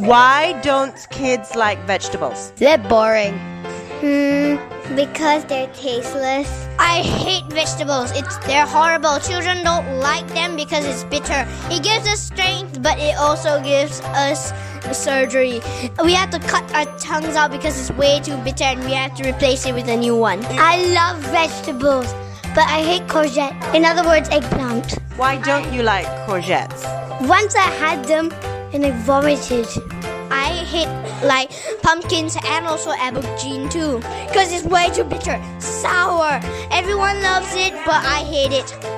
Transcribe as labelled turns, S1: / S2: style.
S1: Why don't kids like vegetables?
S2: They're boring.
S3: Hmm, because they're tasteless.
S4: I hate vegetables. It's they're horrible. Children don't like them because it's bitter. It gives us strength, but it also gives us surgery. We have to cut our tongues out because it's way too bitter and we have to replace it with a new one.
S3: I love vegetables, but I hate courgette. In other words, eggplant.
S1: Why don't you like courgettes?
S3: Once I had them and I vomited.
S4: I hate like pumpkins and also aubergine too because it's way too bitter, sour. Everyone loves it, but I hate it.